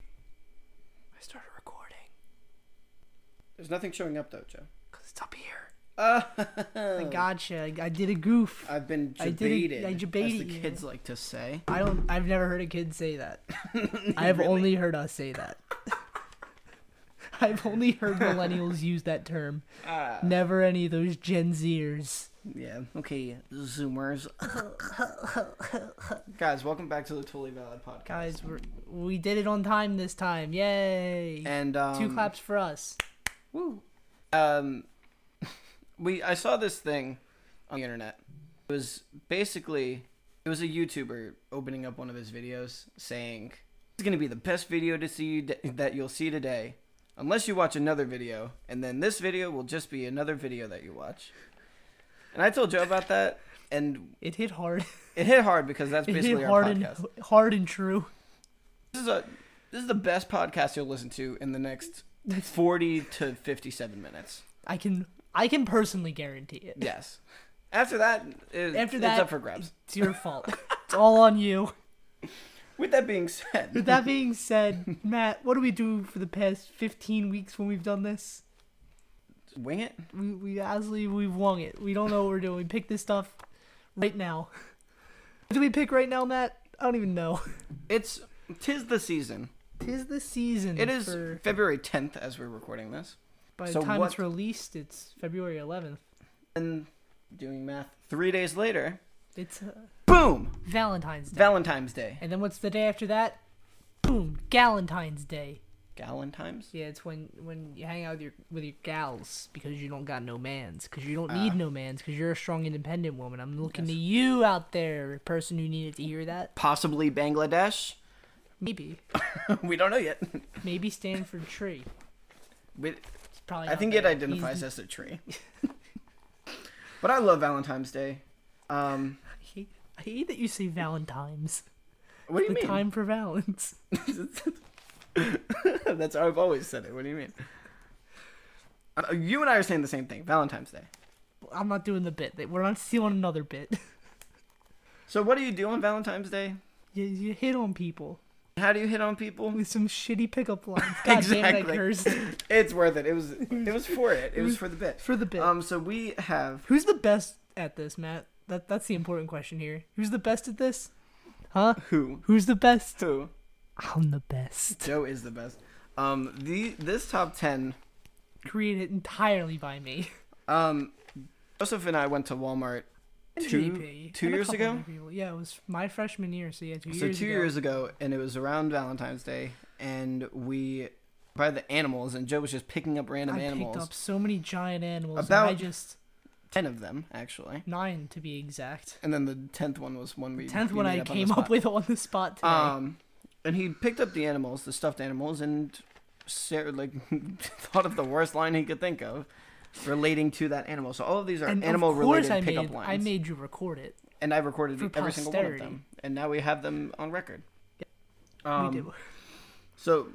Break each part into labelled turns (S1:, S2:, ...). S1: I started recording
S2: There's nothing showing up though, Joe.
S1: because it's up here.
S2: Oh,
S3: Gotcha. I did a goof.
S2: I've been
S3: I did
S2: debated.
S3: it- I debated
S2: as the
S3: you.
S2: kids like to say.
S3: I don't. I've never heard a kid say that. I have only heard us say that. I've only heard millennials use that term.
S2: Ah.
S3: Never any of those Gen Zers.
S2: Yeah. Okay, Zoomers. Guys, welcome back to the Totally Valid Podcast.
S3: Guys, we're, we did it on time this time. Yay!
S2: and um,
S3: Two claps for us.
S2: Woo. Um, we I saw this thing on the internet. It was basically it was a YouTuber opening up one of his videos saying, "This is gonna be the best video to see d- that you'll see today, unless you watch another video, and then this video will just be another video that you watch." And I told Joe about that, and
S3: It hit hard.
S2: it hit hard because that's
S3: It hit
S2: basically our
S3: hard and
S2: podcast.
S3: hard and true.
S2: This is a this is the best podcast you'll listen to in the next forty to fifty-seven minutes.
S3: I can I can personally guarantee it.
S2: Yes. After that, it,
S3: After
S2: it's
S3: that,
S2: up for grabs.
S3: It's your fault. it's all on you.
S2: With that being said,
S3: With that being said, Matt, what do we do for the past 15 weeks when we've done this?
S2: wing it.
S3: We, we honestly, we've won it. We don't know what we're doing. We picked this stuff right now. What do we pick right now, Matt? I don't even know.
S2: It's tis the season.
S3: Tis the season.
S2: It is
S3: for-
S2: February 10th as we're recording this.
S3: by
S2: so
S3: the time
S2: what-
S3: it's released, it's February 11th.
S2: And doing math, 3 days later,
S3: It's uh,
S2: boom,
S3: Valentine's Day.
S2: Valentine's Day.
S3: and then what's the day after that? Boom, Galentine's Day.
S2: Galentine's?
S3: Yeah, it's when when you hang out with your with your gals because you don't got no mans because you don't
S2: Ah.
S3: need no mans because you're a strong independent woman. I'm looking to you out there, person who needed to hear that.
S2: Possibly Bangladesh.
S3: Maybe,
S2: we don't know yet.
S3: maybe Stanford Tree.
S2: We,
S3: It's probably.
S2: I
S3: out
S2: think it
S3: there.
S2: identifies as
S3: He's-
S2: a tree. but I love Valentine's Day. Um,
S3: I hate, I hate that you say Valentine's.
S2: what do you
S3: the
S2: mean?
S3: time for Valens.
S2: That's how I've always said it. What do you mean? Uh, you and I are saying the same thing. Valentine's Day.
S3: I'm not doing the bit. We're not stealing another bit.
S2: So what do you do on Valentine's Day?
S3: you, you hit on people
S2: How do you hit on people?
S3: with some shitty pickup lines. God damn it, I
S2: Exactly.
S3: cursed.
S2: It's worth it. It was it was for it. It was for the bit.
S3: For the bit.
S2: Um so we have
S3: Who's the best at this, Matt? That that's the important question here. Who's the best at this? Huh?
S2: who?
S3: Who's the best?
S2: Who?
S3: I'm the best.
S2: Joe is the best. Um the this top 10
S3: Created entirely by me.
S2: um Joseph and I went to Walmart two,
S3: JP.
S2: two
S3: And a
S2: years
S3: couple
S2: ago.
S3: other people. Yeah, it was my freshman year, so yeah, two
S2: So
S3: years
S2: two
S3: ago.
S2: years ago, and it was around Valentine's Day, and we by the animals, and Joe was just picking up random
S3: I
S2: animals,
S3: picked up so many giant animals. and
S2: About-
S3: I just
S2: ten of them actually,
S3: nine to be exact.
S2: and then the tenth one was one we
S3: Tenth
S2: we
S3: one
S2: made
S3: I
S2: up on the
S3: came up
S2: spot.
S3: with on the spot today.
S2: Um, and he picked up the animals, the stuffed animals, and Sarah, like thought of the worst line he could think of relating to that animal. So all of these are
S3: and
S2: animal
S3: of course
S2: related
S3: I
S2: pickup
S3: made,
S2: lines,
S3: I made you record it.
S2: and I recorded
S3: for
S2: every single one of
S3: posterity.
S2: them, and now we have them on record. Um,
S3: we do.
S2: So,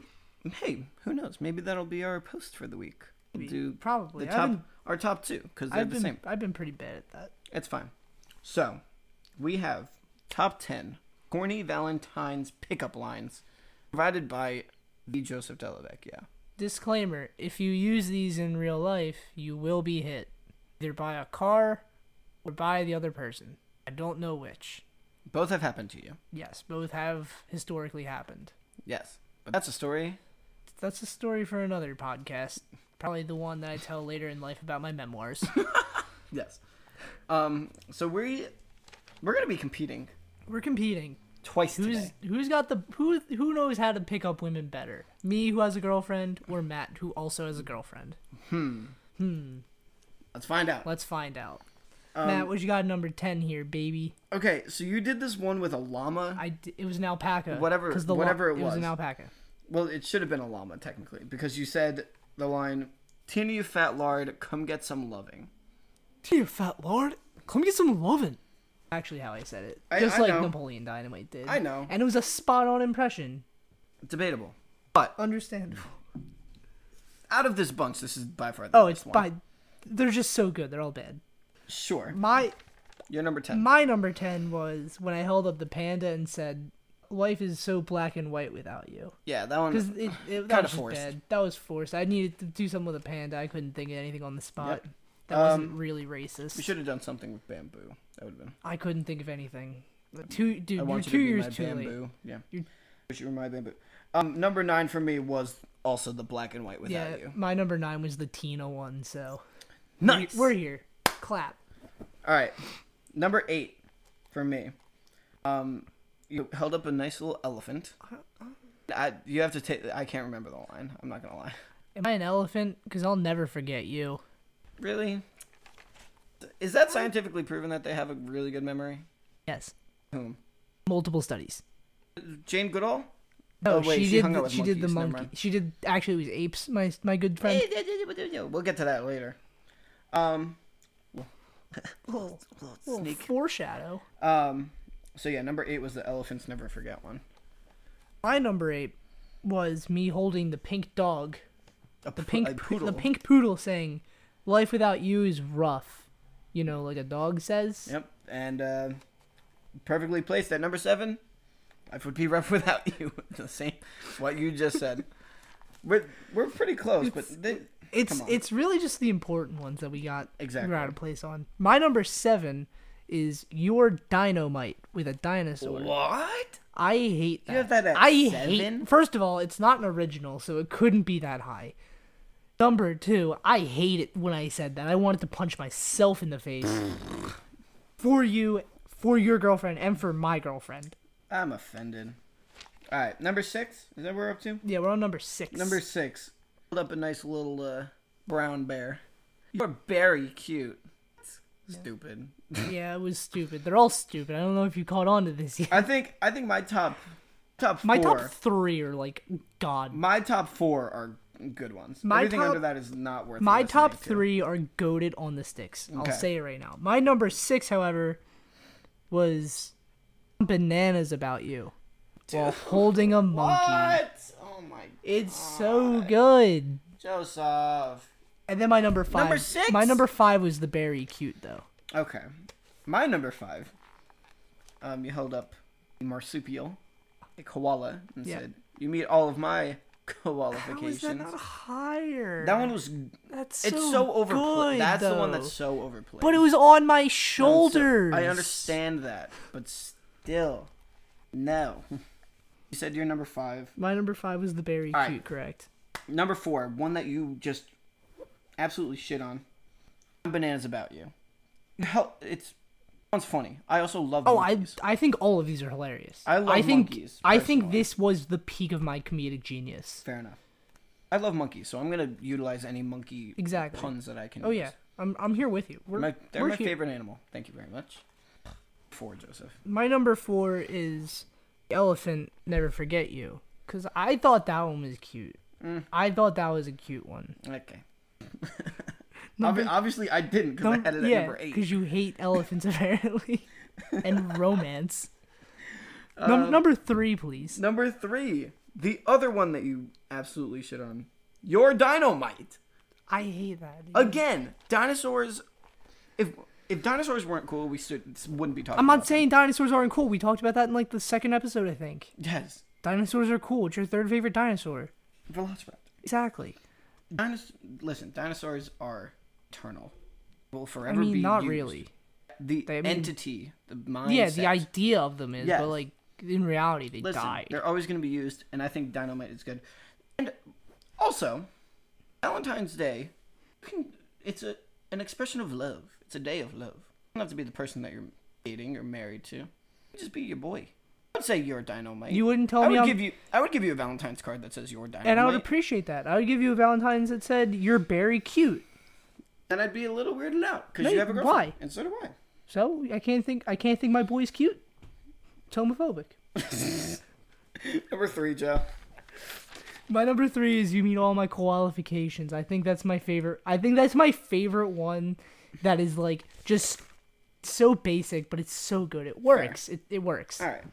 S2: hey, who knows? Maybe that'll be our post for the week. We'll
S3: Maybe.
S2: do
S3: Probably.
S2: the
S3: I've
S2: top,
S3: been,
S2: our top two, because they're
S3: I've
S2: the
S3: been,
S2: same.
S3: I've been pretty bad at that.
S2: It's fine. So, we have top 10 corny Valentine's pickup lines provided by the Joseph Delavecchia.
S3: Disclaimer if you use these in real life, you will be hit. Either by a car or by the other person. I don't know which.
S2: Both have happened to you.
S3: Yes, both have historically happened.
S2: Yes. But that's a story.
S3: That's a story for another podcast. Probably the one that I tell later in life about my memoirs.
S2: Yes. Um, so we we're gonna be competing
S3: We're competing.
S2: twice
S3: Who's
S2: today.
S3: who's got the who who knows how to pick up women better? Me who has a girlfriend or Matt who also has a girlfriend?
S2: Let's find out.
S3: Let's find out.
S2: Um,
S3: Matt, what you got at number 10 here, baby?
S2: Okay, so you did this one with a llama.
S3: I d- it was an alpaca.
S2: Whatever-
S3: 'cause the lo-
S2: whatever it
S3: it was an
S2: was.
S3: alpaca.
S2: Well, it should have been a llama technically, because you said the line, "Tina, you fat lard, come get some loving."
S3: Dear fat lord, come get some lovin'. Actually, how I said it,
S2: I-
S3: just
S2: I
S3: like
S2: know.
S3: Napoleon Dynamite did.
S2: I know.
S3: and it was a spot-on impression.
S2: Debatable, but
S3: Understandable.
S2: out of this bunch, this is by far the
S3: Oh,
S2: best
S3: it's
S2: one.
S3: by they're just so good. They're all bad.
S2: Sure.
S3: My
S2: You're number 10.
S3: my number ten was when I held up the panda and said, "Life is so black and white without you."
S2: yeah, that one.
S3: Because it, it that
S2: Kinda
S3: was just
S2: forced.
S3: bad. That was forced. I needed to do something with a panda. I couldn't think of anything on the spot. That wasn't really racist.
S2: Um, We should have done something with bamboo. That would have been.
S3: I couldn't think of anything. Two
S2: I
S3: dude, you're
S2: want you
S3: two
S2: to be
S3: years
S2: my
S3: too late.
S2: bamboo. Yeah.
S3: You're-
S2: Wish you were my bamboo. Um, number nine for me was also the black and white without
S3: Yeah,
S2: you.
S3: my number nine was the Tina one. So
S2: Nice.
S3: we're here. Clap.
S2: All right, number eight for me. Um, you held up a nice little elephant. I, you have to take. I can't remember the line. I'm not gonna lie.
S3: Am I an elephant? Because I'll never forget you.
S2: Really? Is that scientifically proven that they have a really good memory?
S3: Yes.
S2: Whom?
S3: Multiple studies.
S2: Jane Goodall.
S3: No,
S2: Oh, wait,
S3: she,
S2: she
S3: did.
S2: hung out
S3: The,
S2: with
S3: she did the
S2: monkeys, never
S3: monkey.
S2: mind.
S3: She did. Actually, it was apes. My my good friend.
S2: We'll get to that later. Um,
S3: Little-
S2: little
S3: little
S2: sneak.
S3: foreshadow.
S2: Um, so yeah, number eight was the elephants never forget one.
S3: My number eight was me holding the pink dog,
S2: A poo-
S3: the pink
S2: a
S3: poo-
S2: poodle.
S3: the pink poodle, saying, "Life without you is rough," you know, like a dog says.
S2: Yep, and uh, perfectly placed at number seven. Life would be rough without you. the same, what you just said. we're, we're pretty close, but they,
S3: It's
S2: come on.
S3: it's really just the important ones that we got
S2: Exactly.
S3: we're out of place on. My number seven is your dynamite with a dinosaur.
S2: what?
S3: I hate that.
S2: have that at
S3: I
S2: seven?
S3: hate. First of all, it's not an original, so it couldn't be that high. Number two, I hate it when I said that. I wanted to punch myself in the face. for you, for your girlfriend, and for my girlfriend.
S2: I'm offended. All right, number six. Is that what we're up to?
S3: Yeah, we're on number six.
S2: Number six. Hold up a nice little uh, brown bear. You're very cute. Stupid.
S3: Yeah, it was stupid. They're all stupid. I don't know if you caught on to this yet.
S2: I think I think my top top
S3: My
S2: four.
S3: top three are like god.
S2: my top four are good ones.
S3: My
S2: Everything
S3: top-
S2: under that is not worth.
S3: My
S2: listening
S3: top
S2: to.
S3: three are goaded on the sticks.
S2: Okay.
S3: I'll say it right now. My number six, however, was bananas about you while holding a monkey.
S2: What? Oh my.
S3: It's so good.
S2: Joseph.
S3: And then my number five.
S2: Number six?
S3: My number five was the berry cute though.
S2: Okay. My number five. Um, you held up a marsupial, a koala, and
S3: Yeah.
S2: said, "You meet all of my qualifications." That,
S3: higher?
S2: one was.
S3: that's
S2: It's so, overplayed. That's the one that's so overplayed.
S3: But it was on my
S2: So-
S3: shoulders.
S2: I understand that, but still, no. you said you're number five.
S3: My number five was the berry
S2: Alright.
S3: cute, correct?
S2: Number four, one that you just absolutely shit on. Bananas about you. Hell, it's one's funny. I also love.
S3: Oh, I
S2: monkeys.
S3: I think all of these are hilarious.
S2: I love
S3: I think
S2: monkeys,
S3: I think
S2: personally.
S3: this was the peak of my comedic genius.
S2: fair enough. I love monkeys, so I'm gonna utilize any monkey
S3: Exactly.
S2: puns that I can.
S3: Oh
S2: use.
S3: yeah, I'm I'm here with you. We're,
S2: my, they're
S3: we're
S2: my
S3: here.
S2: favorite animal. Thank you very much. Four, Joseph.
S3: My number four is the elephant. Never forget you, because I thought that one was cute.
S2: Mm.
S3: I thought that was a cute one.
S2: Okay. Obvi- obviously, I didn't because I had it at
S3: yeah,
S2: number eight.
S3: because you hate elephants apparently, and romance.
S2: Um,
S3: Num- number three, please.
S2: Number three, the other one that you absolutely shit on, your dynamite.
S3: I hate that. dude.
S2: Again, dinosaurs. If if dinosaurs weren't cool, we should, wouldn't be talking.
S3: I'm not
S2: about
S3: saying dinosaurs aren't cool. We talked about that in like the second episode, I think.
S2: them. yes,
S3: Dinosaurs are cool. It's your third favorite dinosaur.
S2: Velociraptor.
S3: Exactly.
S2: Dinos- listen, dinosaurs are eternal. Will
S3: I
S2: forever be
S3: mean, not
S2: used.
S3: really.
S2: The
S3: They- I mean-
S2: entity, the mindset.
S3: Yeah, the idea of them is,
S2: Yes.
S3: but like in reality, they
S2: Listen,
S3: died.
S2: they're always going to be used, and I think dynamite is good. And also, Valentine's Day, you can, it's a an expression of love. It's a day of love. You don't have to be the person that you're dating or married to. Just be your boy. I would say you're dynamite.
S3: You wouldn't tell
S2: I
S3: me
S2: would
S3: I'm-
S2: give you. I would give you a Valentine's card that says you're dynamite,
S3: And I would appreciate that. I would give you a Valentine's that said, "You're very cute."
S2: and I'd be a little weirded out because
S3: No,
S2: you have a girlfriend,
S3: why?
S2: and so do I.
S3: So I can't think. I can't think my boy's cute. It's homophobic.
S2: Number three, Joe.
S3: My number three is you meet all my qualifications. I think that's my favorite. I think that's my favorite one. That is like just so basic, but it's so good. It works. It, it works.
S2: All right,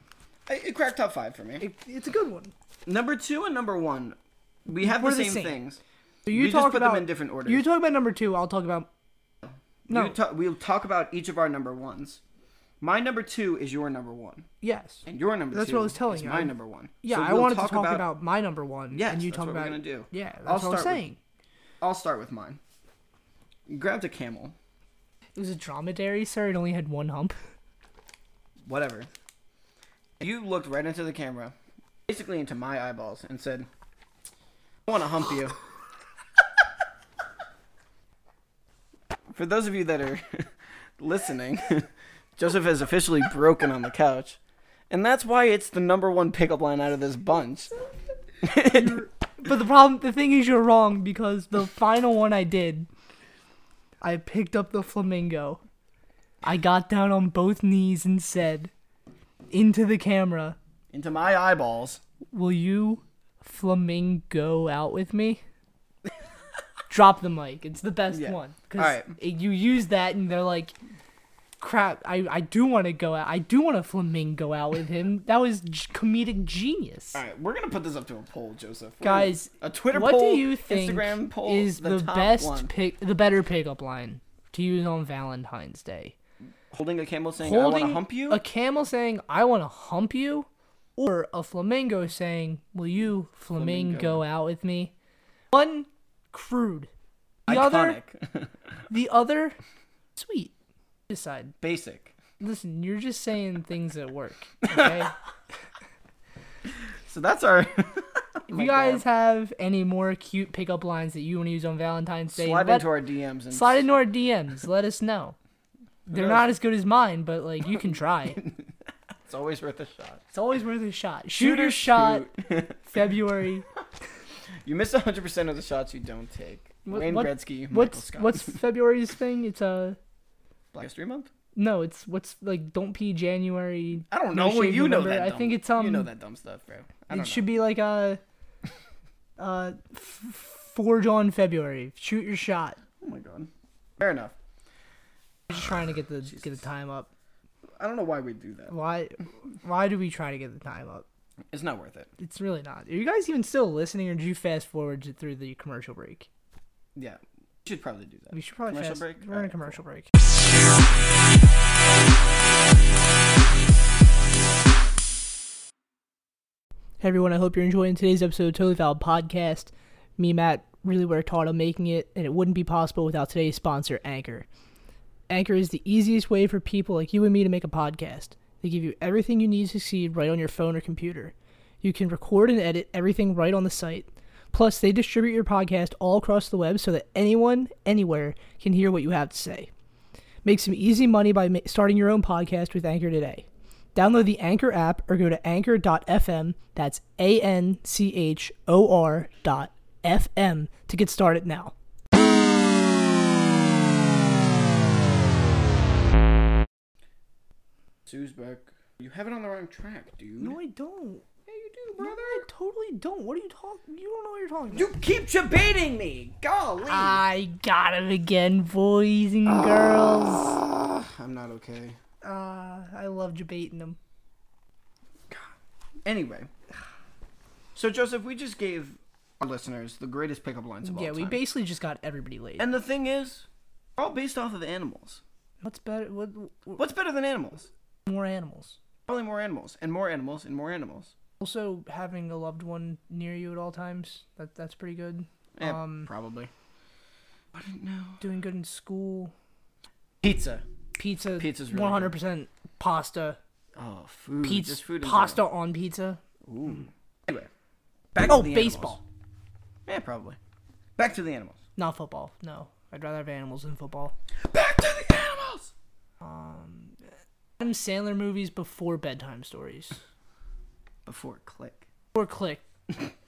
S2: I, it cracked top five for me.
S3: It, it's a good one.
S2: Number two and number one, we have the
S3: We're the
S2: same,
S3: same.
S2: things.
S3: So you
S2: We just
S3: talk
S2: put them
S3: about
S2: in different orders.
S3: You talk about number two. I'll talk about No.
S2: You ta- we'll talk about each of our number ones. My number two is your number one,
S3: Yes.
S2: and your number
S3: That's
S2: two
S3: what I was telling
S2: is
S3: you.
S2: my
S3: I-
S2: number one.
S3: Yeah,
S2: So
S3: I
S2: we'll
S3: wanted to talk about, my number one.
S2: Yes,
S3: and you
S2: that's
S3: talk
S2: what we're
S3: about
S2: gonna do.
S3: Yeah, that's
S2: I'll
S3: what I'm
S2: start with-
S3: saying.
S2: I'll start with mine. Grabbed a camel,
S3: It was a dromedary, sir. It only had one hump.
S2: whatever. You looked right into the camera, basically into my eyeballs, and said, "I want to hump you." For those of you that are listening, Joseph has officially broken on the couch, and that's why it's the number one pickup line out of this bunch.
S3: But the problem, the thing is, you're wrong because the final one I did, I picked up the flamingo. I got down on both knees and said, into the camera,
S2: into my eyeballs.
S3: will you flamingo out with me? Drop the mic. It's the best
S2: Yeah.
S3: one. Because
S2: Alright.
S3: you use that and they're like, crap, I, I do want to go out. I do want to flamingo out with him. That was g- comedic genius.
S2: All right, we're gonna put this up to a poll, Joseph. We're gonna-
S3: guys
S2: a Twitter
S3: what
S2: poll,
S3: do you think
S2: Instagram poll
S3: is
S2: the
S3: the,
S2: top
S3: best
S2: one.
S3: pick the better pickup line to use on valentine's day
S2: holding a camel saying, "I want
S3: holding
S2: to hump you."
S3: a camel saying i want to hump you or a flamingo saying will you flamingo, out with me one crude the other
S2: Iconic,
S3: the other sweet decide
S2: basic.
S3: listen you're just saying things that work okay
S2: Oh So that's our.
S3: if you guys have any more cute pickup lines that you want to use on valentine's day
S2: slide
S3: let-
S2: into our DMs and
S3: slide into our DMs. Let us know. They're not as good as mine, but like you can try.
S2: it's always worth a shot.
S3: It's always worth a shot. Shoot or shot. February.
S2: You miss 100 percent of the shots you don't take.
S3: What-
S2: Wayne
S3: what-
S2: Gretzky, Michael
S3: What's
S2: Scott.
S3: what's February's thing? It's uh
S2: Black History Month?
S3: no. It's what's like don't pee January.
S2: I don't know.
S3: No Shave
S2: you know
S3: November.
S2: that.
S3: I
S2: dumb-
S3: think it's,
S2: you
S3: um,
S2: know that dumb stuff, bro. I don't
S3: It should be like a uh f- forge on February. Shoot your shot.
S2: know. Oh my god. Fair enough.
S3: I'm just trying to get the get the time up.
S2: I don't know why we do that.
S3: Why why do we try to get the time up?
S2: It's not worth it.
S3: It's really not. Are you guys even still listening, or did you fast forward to- through the commercial break?
S2: Yeah, we should probably do that.
S3: We should probably
S2: Commercial
S3: fast.
S2: break?
S3: We're in a
S2: Alright,
S3: commercial break. Hey everyone, I hope you're enjoying today's episode of Totally Valid Podcast. Me, and Matt, really were taught on making it, and it wouldn't be possible without today's sponsor, Anchor. Anchor is the easiest way for people like you and me to make a podcast. They give you everything you need to succeed right on your phone or computer. You can record and edit everything right on the site. Plus, they distribute your podcast all across the web so that anyone, anywhere, can hear what you have to say. Make some easy money by ma- starting your own podcast with Anchor today. Download the Anchor app or go to anchor.fm, that's A N C H O R dot FM, to get started now.
S2: Sue's back. You have it on the wrong track, dude.
S3: I don't.
S2: yeah, you do, brother.
S3: totally don't. What are you talking? You don't know what you're talking about.
S2: You keep debating me. Golly.
S3: I got him again, boys and
S2: Ah.
S3: girls.
S2: I'm not okay.
S3: Uh, I love debating them.
S2: Anyway, so Joseph, we just gave our listeners the greatest pickup lines of all
S3: Yeah, we
S2: time.
S3: basically just got everybody laid.
S2: and the thing is, we're all based off of animals.
S3: What's better? What, what
S2: What's better than animals?
S3: more animals?
S2: Probably more animals, and more animals, and more animals.
S3: Also, having a loved one near you at all times. That that's pretty good.
S2: Yeah,
S3: Um,
S2: Eh, probably. I didn't know.
S3: Doing good in school.
S2: Pizza.
S3: Pizza.
S2: Pizza's really good.
S3: one hundred percent pasta.
S2: Oh, food.
S3: Pizza.
S2: Just food. in
S3: pasta on pizza.
S2: general. Ooh. Anyway, back
S3: Oh,
S2: to the
S3: baseball.
S2: animals. Yeah, probably. Back to the animals.
S3: Not football. No, I'd rather have animals than football.
S2: Back to the animals.
S3: Adam Sandler movies before bedtime stories.
S2: Before click.
S3: Or click.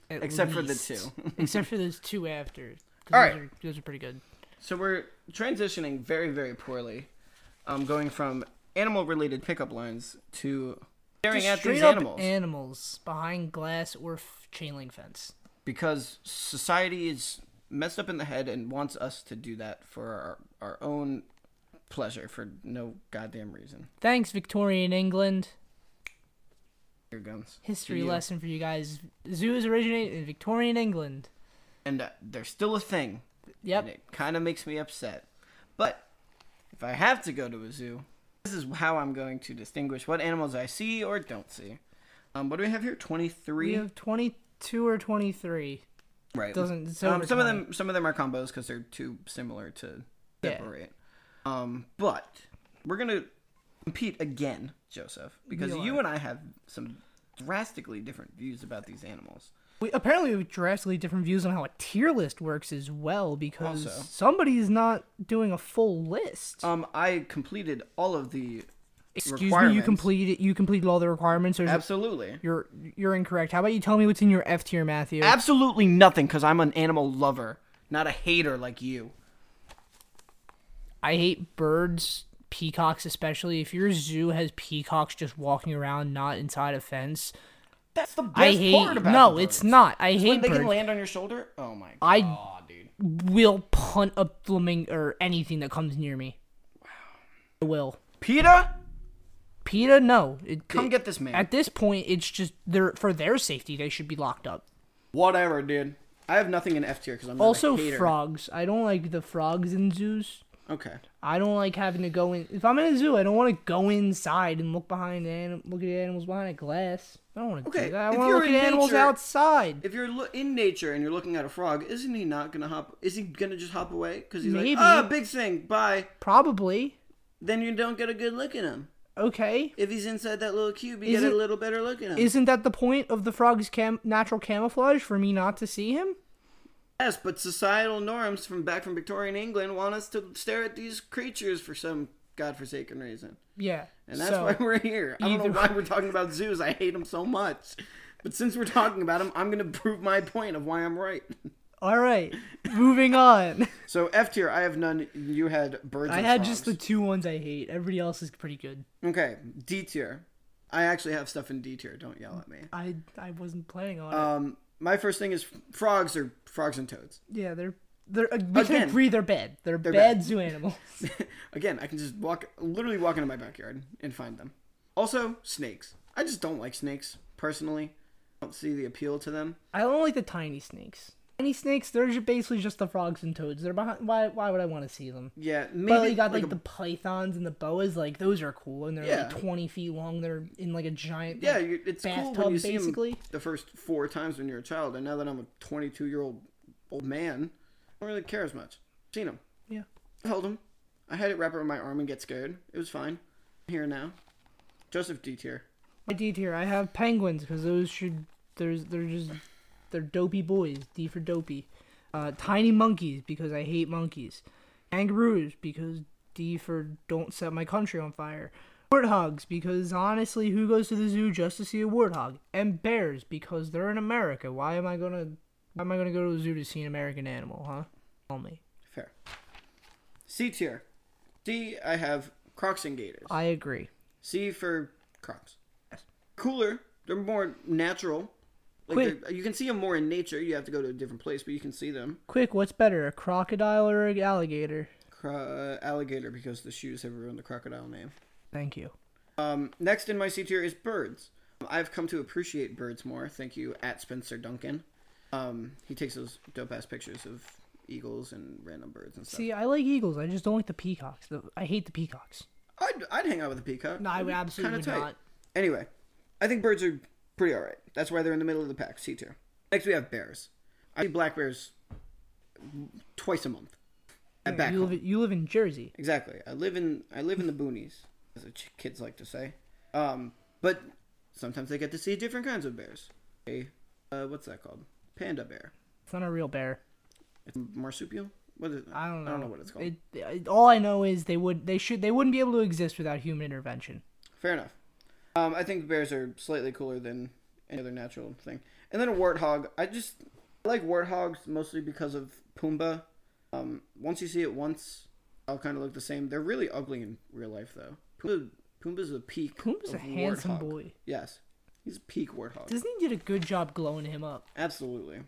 S3: at
S2: Except for the
S3: least.
S2: two.
S3: Except for those two after. 'cause
S2: All
S3: those,
S2: right.
S3: are, those are pretty good.
S2: So we're transitioning very, very poorly, um, going from animal-related pickup lines to staring
S3: Just
S2: at these
S3: straight up
S2: animals
S3: animals behind glass or f- chain link fence.
S2: because society is messed up in the head and wants us to do that for our, our own pleasure for no goddamn reason.
S3: Thanks, Victorian England.
S2: Your guns. to
S3: History
S2: you.
S3: lesson for you guys. Zoos originated in Victorian England.
S2: And uh, they're still a thing. And
S3: Yep.
S2: it kind of makes me upset, but If I have to go to a zoo, this is how I'm going to distinguish what animals I see or don't see. Um, what do we have here? Twenty
S3: We
S2: three.
S3: have 22 or 23.
S2: right.
S3: doesn't- it's
S2: um,
S3: over
S2: some of
S3: 20.
S2: them some of them are combos because they're too similar to
S3: Yeah.
S2: separate. Um, but we're gonna compete again, Joseph, because
S3: You
S2: you
S3: are.
S2: and I have some drastically different views about these animals.
S3: We apparently we have drastically different views on how a tier list works as well because
S2: Also.
S3: somebody's not doing a full list.
S2: Um, I completed all of the
S3: Excuse me, you
S2: requirements.
S3: completed you completed all the requirements or is it-
S2: absolutely.
S3: you're you're incorrect. How about you tell me what's in your F tier, Matthew?
S2: Absolutely nothing, because I'm an animal lover, not a hater like you.
S3: I hate birds, peacocks especially. If your zoo has peacocks just walking around not inside a fence,
S2: That's the best
S3: I hate
S2: part about
S3: No,
S2: the
S3: it's
S2: birds.
S3: not. I
S2: When
S3: hate
S2: they
S3: birds.
S2: can land on your shoulder. Oh my god,
S3: I
S2: dude.
S3: will punt a blooming or anything that comes near me. I will.
S2: Peter,
S3: PETA, no. It,
S2: come
S3: it-
S2: get this man.
S3: At this point, it's just they're for their safety. They should be locked up.
S2: Whatever, dude. I have nothing in F tier because I'm not
S3: Also,
S2: a hater.
S3: frogs. I don't like the frogs in zoos.
S2: Okay.
S3: I don't like having to go in. If I'm in a zoo, I don't want to go inside and look behind the anim- look at the animals behind a glass. I don't want to
S2: Okay,
S3: do that. I
S2: if
S3: want to
S2: you're
S3: look
S2: in
S3: at animals
S2: nature-
S3: outside.
S2: If you're lo- in nature and you're looking at a frog, isn't he not gonna hop? Is he gonna just hop away? Because he's
S3: Maybe.
S2: like, ah, big thing, bye.
S3: Probably.
S2: Then you don't get a good look at him.
S3: Okay.
S2: If he's inside that little cube, you
S3: Is
S2: get
S3: it-
S2: a little better look at him.
S3: Isn't that the point of the frog's cam- natural camouflage for me not to see him?
S2: Yes, but societal norms from back from Victorian England want us to stare at these creatures for some godforsaken reason.
S3: Yeah.
S2: And that's
S3: so,
S2: why we're here. I don't
S3: either-
S2: know why we're talking about zoos. I hate them so much. But since we're talking about them, I'm going to prove my point of why I'm right.
S3: all right. Moving on.
S2: So F tier, I have none. You had birds.
S3: I
S2: and
S3: had
S2: frogs.
S3: just the two ones I hate. Everybody else is pretty good.
S2: okay D tier. I actually have stuff in D tier. Don't yell at me.
S3: I I wasn't planning on it.
S2: Um, my first thing is frogs or frogs and toads.
S3: Yeah, they're they're uh, we
S2: Again,
S3: can agree they're bad. They're, bad,
S2: bad.
S3: zoo animals.
S2: Again, I can just walk, literally walk into my backyard and find them. Also, snakes. I just don't like snakes personally. I don't see the appeal to them.
S3: I don't like the tiny snakes. Tiny snakes, they're ju- basically just the frogs and toads. They're behind. Why why would I want to see them?
S2: Yeah, maybe
S3: But you got like,
S2: a-
S3: the pythons and the boas, like those are cool, and they're
S2: Yeah.
S3: like twenty feet long. They're in like a giant.
S2: yeah.
S3: like,
S2: you- It's cool
S3: bathtub,
S2: when you see 'em
S3: basically.
S2: the first four times when you're a child, and now that I'm a 22 year old old man, I don't really care as much. Seen them.
S3: yeah.
S2: I held him. I had it wrapped around my arm and get scared. It was fine. I'm here now. Joseph D tier.
S3: My D tier, I have penguins because those should. There's they're just they're dopey boys. D for dopey. Uh, tiny monkeys because I hate monkeys. Kangaroos because D for don't set my country on fire. Warthogs because honestly, who goes to the zoo just to see a warthog? And bears because they're in America. Why am I gonna Why am I gonna go to the zoo to see an American animal? Huh? Tell me.
S2: Fair. C tier. D, I have crocs and gators.
S3: I agree.
S2: C for crocs. Cooler. They're more natural. Like
S3: Quick.
S2: they're- you can see them more in nature. You have to go to a different place, but you can see them.
S3: Quick, what's better, a crocodile or an alligator?
S2: Cro- uh, alligator because the shoes have ruined the crocodile name.
S3: Thank you.
S2: Um, next in my C tier is birds. I've come to appreciate birds more. Thank you, at Spencer Duncan. Um, he takes those dope ass pictures of eagles and random birds and stuff.
S3: See, I like eagles. I just don't like the peacocks. The, I hate the peacocks.
S2: I'd, I'd hang out with a peacock.
S3: No, I
S2: It'd
S3: would
S2: be
S3: absolutely
S2: kinda tight.
S3: not.
S2: Anyway, I think birds are pretty all right. That's why they're in the middle of the pack, C tier. Next we have bears. I see black bears twice a month. At back
S3: you
S2: home.
S3: live you live in Jersey.
S2: Exactly. I live in I live in the boonies, as the ch- kids like to say. Um, but sometimes they get to see different kinds of bears. A uh, what's that called? Panda bear.
S3: It's not a real bear.
S2: It's marsupial. What is?
S3: I don't know.
S2: I don't know what it's called.
S3: It, it- all I know is they would they should they wouldn't be able to exist without human intervention.
S2: Fair enough. Um, I think bears are slightly cooler than any other natural thing. And then a warthog. I just I like warthogs mostly because of Pumbaa. Um, once you see it once, I'll kind of look the same. They're really ugly in real life though. Pumbaa, Pumbaa's the peak.
S3: Pumbaa's a
S2: of
S3: handsome
S2: warthog.
S3: boy.
S2: Yes, he's peak warthog.
S3: Disney did a good job glowing him up.
S2: Absolutely.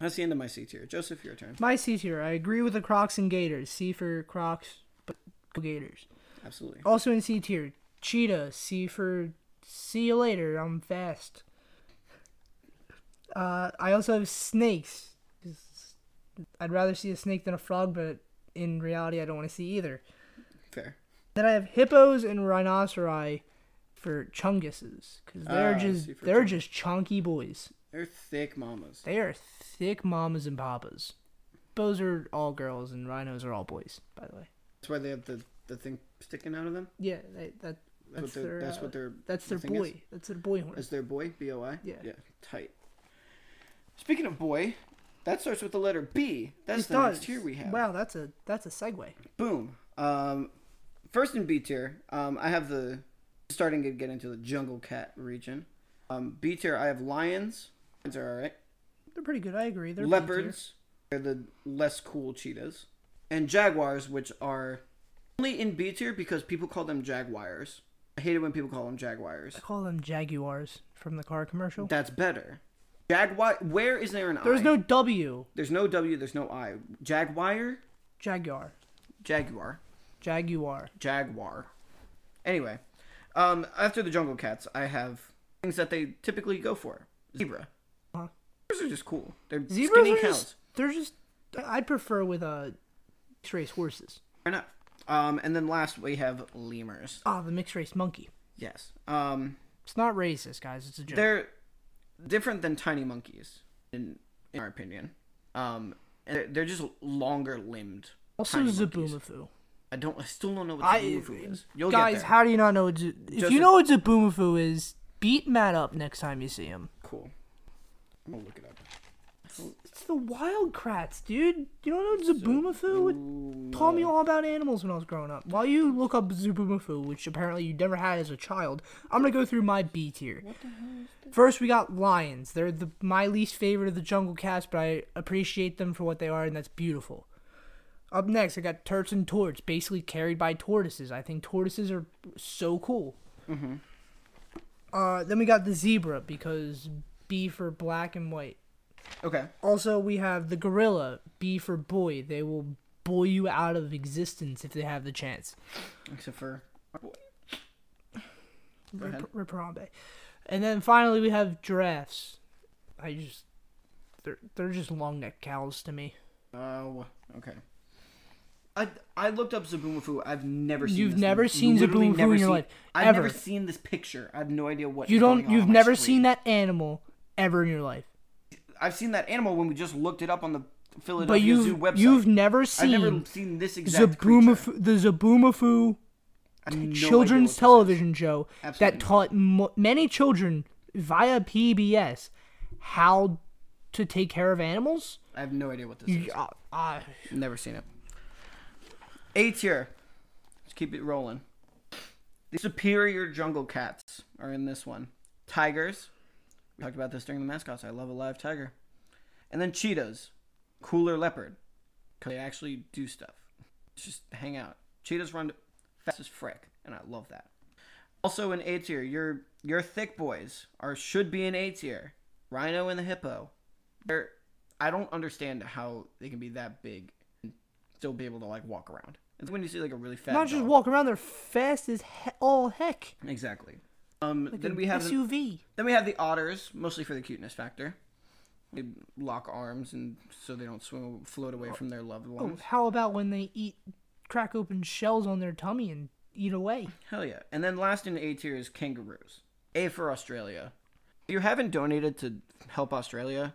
S2: That's the end of my C tier. Joseph, your turn.
S3: My C tier, I agree with the Crocs and Gators. C for Crocs, but go Gators.
S2: Absolutely.
S3: Also in C tier, Cheetah. C for see you later. I'm fast. Uh, I also have snakes. 'cause I'd rather see a snake than a frog, but in reality, I don't want to see either.
S2: Fair.
S3: Then I have hippos and rhinoceri for chunguses because they're
S2: Ah, I
S3: just
S2: see, for
S3: they're
S2: chungus.
S3: just chunky boys.
S2: They're thick mamas.
S3: They are thick mamas and papas. Hippos are all girls and rhinos are all boys. By the way,
S2: That's why they have the, the thing sticking out of them.
S3: yeah, they, that
S2: That's,
S3: that's
S2: what their,
S3: their
S2: that's
S3: uh,
S2: what their
S3: that's their
S2: thing
S3: boy.
S2: Is.
S3: That's their boy horn.
S2: Is their boy B O I?
S3: Yeah.
S2: Yeah. Tight. Speaking of boy, that starts with the letter B. That's
S3: It
S2: the
S3: does.
S2: next tier we have.
S3: Wow, that's a that's a segue.
S2: Boom. Um, first in B tier, um, I have the starting to get into the jungle cat region. Um, B tier, I have lions. Lions are all right.
S3: They're pretty good. I agree. They're B tier.
S2: Leopards. They're the less cool cheetahs. And jaguars, which are only in B tier because people call them jaguars. I hate it when people call them jaguars.
S3: I call them jaguars from the car commercial.
S2: That's better. Jaguar. Where is there an I?
S3: There's no W.
S2: There's no W. There's no I. Jaguar.
S3: Jaguar.
S2: Jaguar.
S3: Jaguar.
S2: Jaguar. Anyway, um, after the jungle cats, I have things that they typically go for. Zebra.
S3: Huh.
S2: Zebras are just cool. They're
S3: Zebras
S2: skinny
S3: are
S2: cows.
S3: just they're just I prefer with uh mixed race horses.
S2: Fair enough. Um, and then last we have lemurs.
S3: Ah, the mixed race monkey.
S2: Yes. Um,
S3: It's not racist, guys. It's a joke.
S2: they're different than tiny monkeys, in in our opinion. Um, and they're, they're just longer limbed.
S3: also
S2: tiny
S3: Zaboomafoo.
S2: I don't. I still don't know what
S3: I
S2: Zabumafu is. You'll
S3: guys,
S2: get there.
S3: how do you not know what Z- if
S2: Just
S3: you
S2: a-
S3: know what Zaboomafoo is? Beat Matt up next time you see him.
S2: Cool. I'm gonna look it up.
S3: It's the wild crats, dude. You don't know Zaboomafoo? Taught me all about animals when I was growing up. While you look up Zaboomafoo, which apparently you never had as a child, I'm gonna go through my B tier. First, we got lions. They're the my least favorite of the jungle cats, but I appreciate them for what they are, and that's beautiful. Up next, I got turts and torts, basically carried by tortoises. I think tortoises are so cool. Uh, then we got the zebra because B for black and white.
S2: Okay.
S3: Also, we have the gorilla, B for boy. They will boy you out of existence if they have the chance.
S2: Except for ahead.
S3: Rip- Riparambe. And then finally, we have giraffes. I just. They're, they're just long necked cows to me.
S2: Oh, okay. I I looked up Zabumafu. I've never seen.
S3: You've
S2: this
S3: never
S2: thing.
S3: seen
S2: Literally
S3: Zabumafu
S2: never
S3: in your
S2: seen-
S3: life,
S2: I've never
S3: ever.
S2: seen this picture. I have no idea what
S3: You
S2: is
S3: don't.
S2: going on
S3: You've
S2: on my
S3: never
S2: screen.
S3: seen that animal ever in your life.
S2: I've seen that animal when we just looked it up on the Philadelphia
S3: But
S2: Zoo
S3: you've
S2: website.
S3: you've never
S2: I've
S3: seen
S2: never seen this exact creature.
S3: Zaboomafoo, the Zaboomafoo
S2: I have no idea
S3: children's
S2: what this
S3: television show
S2: Absolutely
S3: that
S2: not.
S3: taught mo- many children via PBS how to take care of animals.
S2: is. I have no idea what this is.
S3: Uh, uh,
S2: Never seen it. A tier. Let's keep it rolling. The superior jungle cats are in this one. Tigers. We talked about this during the mascots. I love a live tiger. And then cheetahs. Cooler leopard. 'Cause they actually do stuff. Just hang out. Cheetahs run fast as frick, and I love that. Also in A tier, your your thick boys are should be in A tier. Rhino and the hippo. They're I don't understand how they can be that big and still be able to like walk around. It's when you see like a really fat
S3: uh, not just
S2: dog.
S3: walk around. They're fast as he- all heck.
S2: Exactly. Um, then
S3: An
S2: we have the,
S3: SUV.
S2: then we have the otters, mostly for the cuteness factor. They lock arms and so they don't swim float away from their
S3: Oh.
S2: loved ones.
S3: How about when they eat crack open shells on their tummy and eat away?
S2: Hell yeah! And then last in A tier is kangaroos. A for Australia. If you haven't donated to help Australia,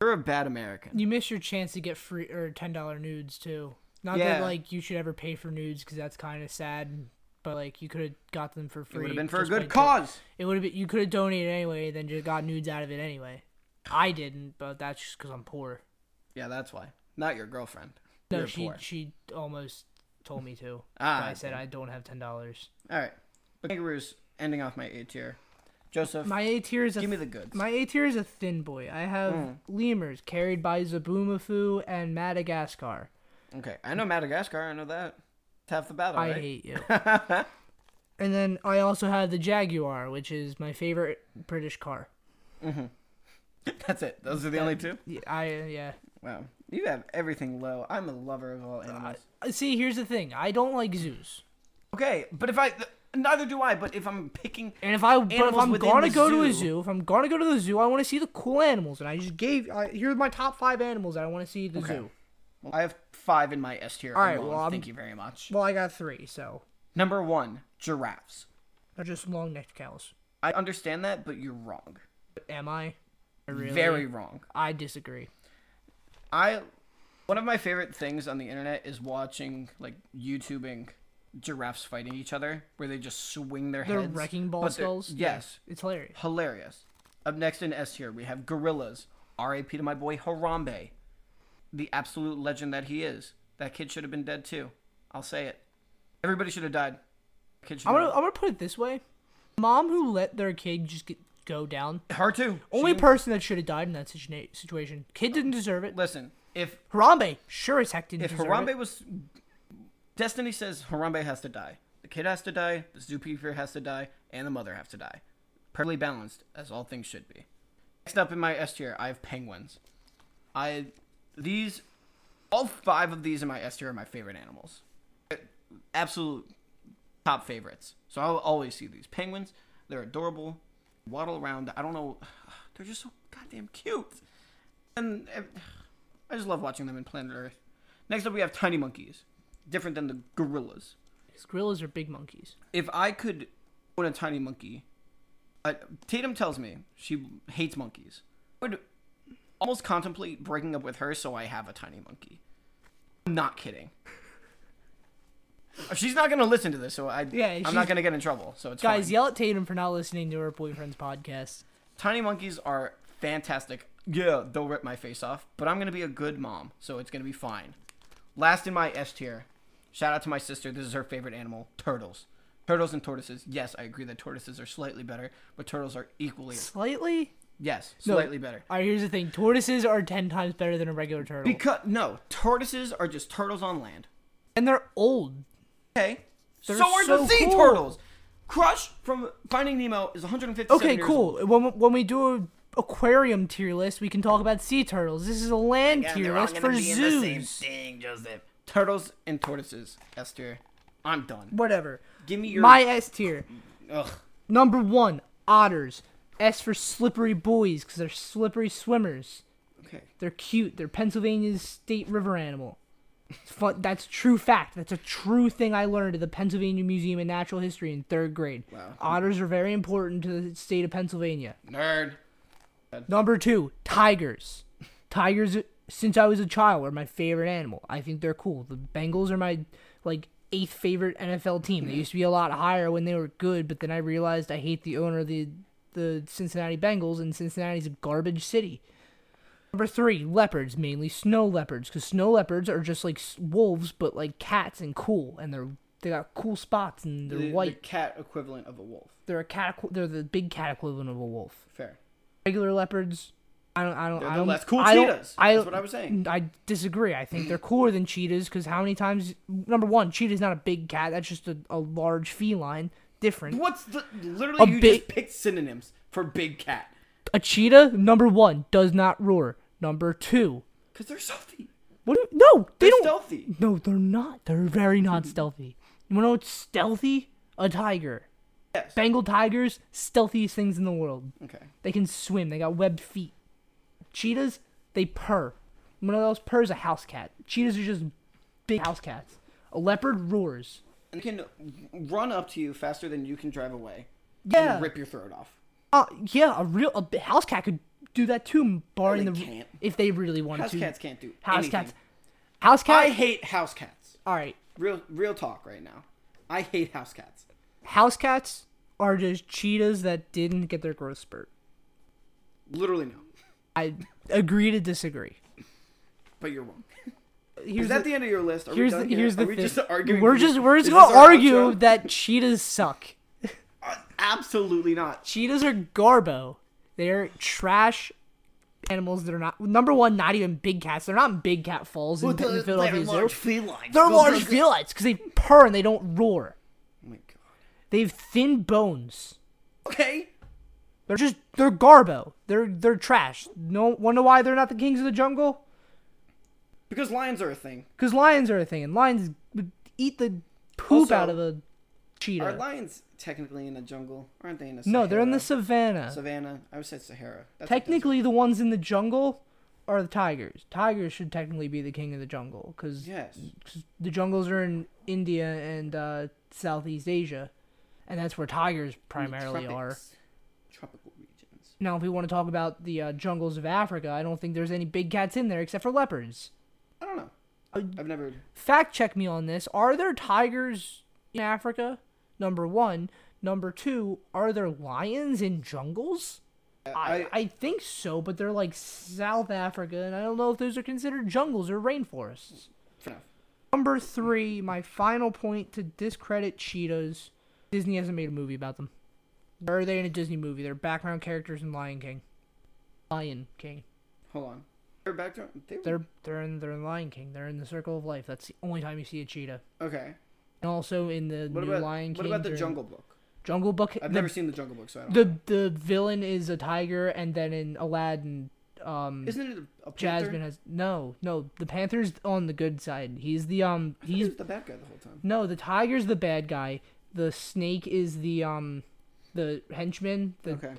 S2: you're a bad American.
S3: You miss your chance to get free or ten dollar nudes too. Not
S2: Yeah.
S3: that like you should ever pay for nudes because that's kind of sad. But like you could have got them for
S2: It
S3: free.
S2: would have been for a
S3: just by
S2: good
S3: do-
S2: cause.
S3: It would have been you could have donated anyway, then just got nudes out of it anyway. I didn't, but that's just because I'm poor.
S2: Yeah, that's why. Not your girlfriend.
S3: No,
S2: You're
S3: she
S2: poor.
S3: she almost told me to.
S2: Ah,
S3: but I
S2: I
S3: said I don't have ten dollars.
S2: All right. But kangaroos ending off my A tier. Joseph,
S3: My A tier is a
S2: give me the Mm. goods.
S3: my A tier is a thin boy. I have lemurs carried by Zaboomafoo and Madagascar.
S2: okay, I know Madagascar. I know that. It's half the battle,
S3: I
S2: right?
S3: hate you. and then I also have the Jaguar, which is my favorite British car.
S2: That's it. Those are the only two.
S3: Yeah, I yeah.
S2: Wow, you have everything low. I'm a lover of all animals.
S3: Uh, See, here's the thing. I don't like zoos.
S2: okay, but if I th- neither do I. But if I'm picking,
S3: And if I but if
S2: Animals
S3: I'm
S2: within
S3: gonna
S2: the
S3: go to a
S2: zoo.
S3: zoo, if I'm gonna go to the zoo, I want to see the cool animals. And I just gave I, here are my top five animals that I want to see at the zoo.
S2: I have five in my S tier. All
S3: right,
S2: right,
S3: well, I'm-
S2: thank you very much.
S3: Well, I got three, so
S2: Number one, giraffes.
S3: they're just long-necked cows.
S2: I understand that, but you're wrong.
S3: But am I? I Really?
S2: Very wrong.
S3: I disagree.
S2: I one of my favorite things on the internet is watching like YouTubing giraffes fighting each other, where they just swing their
S3: They're
S2: heads.
S3: wrecking ball
S2: but they're-
S3: skulls.
S2: Yes,
S3: it's hilarious.
S2: hilarious. Up next in S tier, we have gorillas. R.A.P. to my boy Harambe, the absolute legend that he is. That kid should have been dead too. I'll say it. Everybody should have died. Kid should
S3: I'm gonna,
S2: have
S3: I'm gonna put it this way: mom who let their kid just get, go down.
S2: her too.
S3: Only
S2: She-
S3: person that should have died in that situa- situation. Kid didn't deserve it.
S2: listen. If
S3: Harambe sure as heck didn't
S2: if
S3: deserve
S2: Harambe
S3: it.
S2: was Destiny says Harambe has to die. The kid has to die, the zookeeper has to die, and the mother have to die. Perfectly balanced, as all things should be. Next up in my S tier, I have penguins. I these all five of these in my S tier are my favorite animals. Absolute top favorites. So I'll always see these penguins. They're adorable. Waddle around. I don't know. They're just so goddamn cute. And eh, I just love watching them in Planet Earth. Next up, we have tiny monkeys, different than the gorillas.
S3: Because gorillas are big monkeys.
S2: If I could own a tiny monkey, uh, Tatum tells me she hates monkeys. I would almost contemplate breaking up with her so I have a tiny monkey. I'm not kidding. She's not gonna listen to this, so I,
S3: Yeah,
S2: I'm
S3: she's-
S2: not gonna get in trouble. So it's
S3: Guys,
S2: fine.
S3: yell at Tatum for not listening to her boyfriend's podcast.
S2: Tiny monkeys are fantastic. Yeah, they'll rip my face off, but I'm gonna be a good mom, so it's gonna be fine. Last in my S tier, shout out to my sister. This is her favorite animal: turtles. Turtles and tortoises. Yes, I agree that tortoises are slightly better, but turtles are equally
S3: Slightly.
S2: yes,
S3: No.
S2: slightly better.
S3: All right, here's the thing: tortoises are ten times better than a regular turtle,
S2: Because no, tortoises are just turtles on land.
S3: and they're old.
S2: Okay,
S3: They're
S2: so are
S3: so
S2: the sea
S3: cool.
S2: turtles. Crush from Finding Nemo is 157
S3: Okay,
S2: years old.
S3: cool. When, when we do a aquarium tier list, we can talk about sea turtles. This is a land tier list for zoos.
S1: thing, Joseph.
S2: Turtles and tortoises, S tier. I'm done.
S3: Whatever.
S2: Give me your
S3: My S tier.
S2: Ugh.
S3: Number one, otters. S for slippery boys because they're slippery swimmers.
S2: Okay.
S3: They're cute. They're Pennsylvania's state river animal. It's fun. That's true fact. That's a true thing I learned at the Pennsylvania Museum of Natural History in third grade.
S2: Wow.
S3: Otters are very important to the state of Pennsylvania.
S2: Nerd.
S3: Number two, tigers. Tigers, since I was a child, are my favorite animal. I think they're cool. The Bengals are my like eighth favorite NFL team. They used to be a lot higher when they were good, but then I realized I hate the owner of the the Cincinnati Bengals, and Cincinnati's a garbage city. Number three, leopards, mainly snow leopards, because snow leopards are just like s- wolves, but like cats and cool, and they're they got cool spots and they're
S2: the, the
S3: white.
S2: cat equivalent of a wolf.
S3: They're a cat. equi- They're the big cat equivalent of a wolf
S2: Fair.
S3: regular leopards. I don't. I don't.
S2: They're
S3: I
S2: the
S3: don't.
S2: less cool
S3: I don't-
S2: cheetahs.
S3: I,
S2: That's what I was saying.
S3: I disagree. I think they're cooler than cheetahs because how many times? Number one, cheetah's not a big cat. That's just a, a large feline. Different.
S2: What's the literally
S3: A
S2: you
S3: big-
S2: just picked synonyms for big cat
S3: A cheetah, number one, does not roar. Number two,
S2: because they're stealthy.
S3: what? do- No, they
S2: They're
S3: don't.
S2: stealthy.
S3: No, they're not. They're very not stealthy. You wanna know what's stealthy? A tiger.
S2: Yes.
S3: Bengal tigers, stealthiest things in the world.
S2: Okay.
S3: They can swim. They got webbed feet. Cheetahs, they purr. One of those purrs a house cat. Cheetahs are just big house cats. A leopard roars.
S2: And they can run up to you faster than you can drive away.
S3: Yeah.
S2: And rip your throat off.
S3: Uh, yeah, a real a b- house cat could do that too, barring
S2: they
S3: the
S2: can't.
S3: if they really wanted
S2: House
S3: to.
S2: cats can't do
S3: house
S2: anything.
S3: cats. House cat.
S2: I hate house cats.
S3: All right,
S2: Real real talk right now. I hate house cats.
S3: house cats are just cheetahs that didn't get their growth spurt.
S2: Literally no.
S3: I agree to disagree.
S2: But you're wrong.
S3: Here's
S2: Is that the end of your list? Are
S3: here's
S2: we
S3: the,
S2: done here?
S3: here's the
S2: Are we
S3: thing.
S2: just arguing?
S3: we're
S2: for
S3: just
S2: this-
S3: we're just
S2: is
S3: gonna
S2: this our
S3: argue
S2: outro?
S3: that cheetahs suck.
S2: Uh, absolutely not.
S3: Cheetahs are garbo. They're trash animals. They're not number one. Not even big cats. They're not in big cat falls in, in the Philadelphia Zoo.
S2: felines.
S3: They're large felines because they purr and they don't roar.
S2: Oh my god.
S3: They have thin bones.
S2: Okay.
S3: They're just they're garbo. They're they're trash. No wonder why they're not the kings of the jungle.
S2: Because lions are a thing.
S3: Because lions are a thing, and lions would eat the poop
S2: Also,
S3: out of a cheetah.
S2: Are lions technically in the jungle? Aren't they in the
S3: no, they're in the
S2: Sahara?
S3: savannah.
S2: savannah. I would say Sahara. That's a desert.
S3: Technically, the ones in the jungle are the tigers. Tigers should technically be the king of the jungle because
S2: Yes.
S3: the jungles are in India and uh, Southeast Asia, and that's where tigers primarily are.
S2: Tropics. Tropical regions.
S3: Now, if we want to talk about the uh, jungles of Africa, I don't think there's any big cats in there except for leopards.
S2: I don't know.
S3: Uh,
S2: I've never.
S3: fact check me on this. Are there tigers in Africa? Number one. Number two, are there lions in jungles? I, I,
S2: I-
S3: think so, but they're like South Africa, and I don't know if those are considered jungles or rainforests.
S2: Fair enough.
S3: Number three, my final point to discredit cheetahs Disney hasn't made a movie about them. Where are they in a Disney movie? They're background characters in Lion King. Lion King.
S2: Hold on. They're back to. They were,
S3: They're they're in they're in Lion King. They're in the circle of life. That's the only time you see a cheetah.
S2: okay.
S3: And also in the
S2: What
S3: new
S2: about
S3: Lion King.
S2: what about the
S3: during-
S2: Jungle Book?
S3: Jungle Book?
S2: I've
S3: the,
S2: never seen the Jungle Book, so I don't.
S3: the the villain is a tiger, and then in Aladdin, um,
S2: Isn't it a, a panther?
S3: Jasmine has no no. The panther's on the good side. He's the Mm. um
S2: He's
S3: he's
S2: the bad guy the whole time.
S3: no the tiger's the bad guy. The snake is the um the henchman. The,
S2: Okay.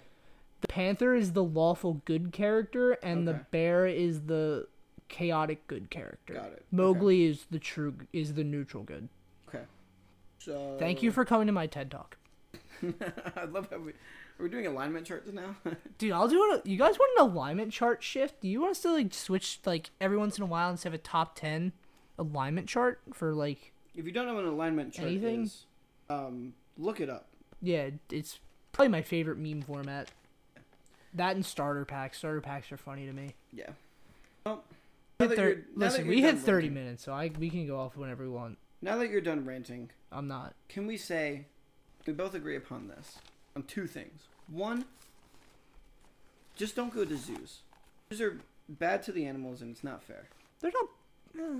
S3: the panther is the lawful good character, and
S2: Okay.
S3: the bear is the chaotic good character.
S2: Got it. Okay.
S3: Mowgli is the true is the neutral good.
S2: Okay. So
S3: Thank you for coming to my TED talk.
S2: I love how we are we doing alignment charts now.
S3: Dude, I'll do it. You guys want an alignment chart shift? Do you want us to like switch like every once in a while instead of a top ten alignment chart for like
S2: if you don't know what an alignment chart
S3: Anything?
S2: is, um, look it up.
S3: yeah, it's probably my favorite meme format. That and starter packs. Starter packs are funny to me.
S2: Yeah. Well, now
S3: Hit
S2: that
S3: thir-
S2: you're- now that
S3: listen,
S2: you're
S3: we
S2: done
S3: hit thirty
S2: ranting-
S3: minutes, so I we can go off whenever we want.
S2: Now that you're done ranting,
S3: I'm not.
S2: can we say we both agree upon this on two things? One, just don't go to zoos. Zoos are bad to the animals, and it's not fair.
S3: They're not. eh,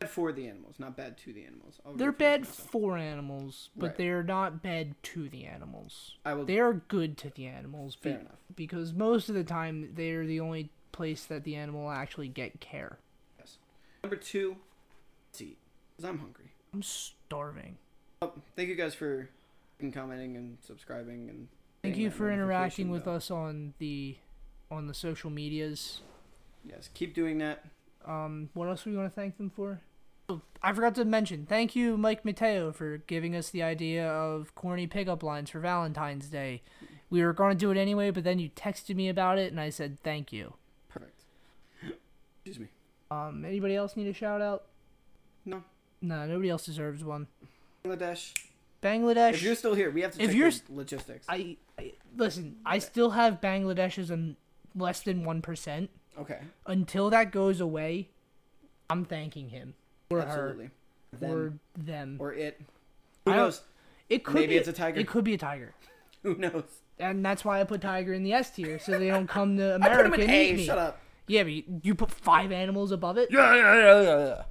S2: Bad for the animals, not bad to the animals. I'll
S3: They're
S2: rephrase
S3: bad
S2: myself.
S3: for animals, but
S2: Right.
S3: they're not bad to the animals.
S2: I will.
S3: They are good to the animals. be-
S2: Fair enough.
S3: Because most of the time, they're the only place that the animal will actually get care.
S2: Yes. Number two, let's eat. Because I'm hungry.
S3: I'm starving.
S2: Well, thank you guys for commenting and subscribing and.
S3: Thank
S2: hitting
S3: you
S2: that
S3: for interacting
S2: notification
S3: with
S2: bell.
S3: us on the on the social medias.
S2: Yes, keep doing that.
S3: Um, what else we want to thank them for? Oh, I forgot to mention. Thank you, Mike Mateo, for giving us the idea of corny pickup lines for Valentine's Day. We were going to do it anyway, but then you texted me about it, and I said thank you.
S2: Perfect. Excuse me.
S3: Um, anybody else need a shout out?
S2: No.
S3: No, nobody else deserves one.
S2: Bangladesh.
S3: Bangladesh.
S2: If you're still here, we have to
S3: If
S2: check
S3: you're
S2: the
S3: s-
S2: logistics.
S3: I, I listen. I still have Bangladesh as a less than one percent.
S2: okay.
S3: Until that goes away, I'm thanking him or
S2: Absolutely.
S3: her
S2: Them
S3: or them.
S2: or it. Who
S3: I don't-
S2: knows?
S3: it could
S2: maybe
S3: be
S2: it's a tiger.
S3: It could be a tiger,
S2: Who knows?
S3: and that's why I put tiger in the S tier so they don't come to
S2: I put
S3: America
S2: him in
S3: and
S2: A.
S3: eat me.
S2: Shut up.
S3: Yeah, but you, you put five animals above it.
S2: Yeah, yeah, yeah, yeah, yeah.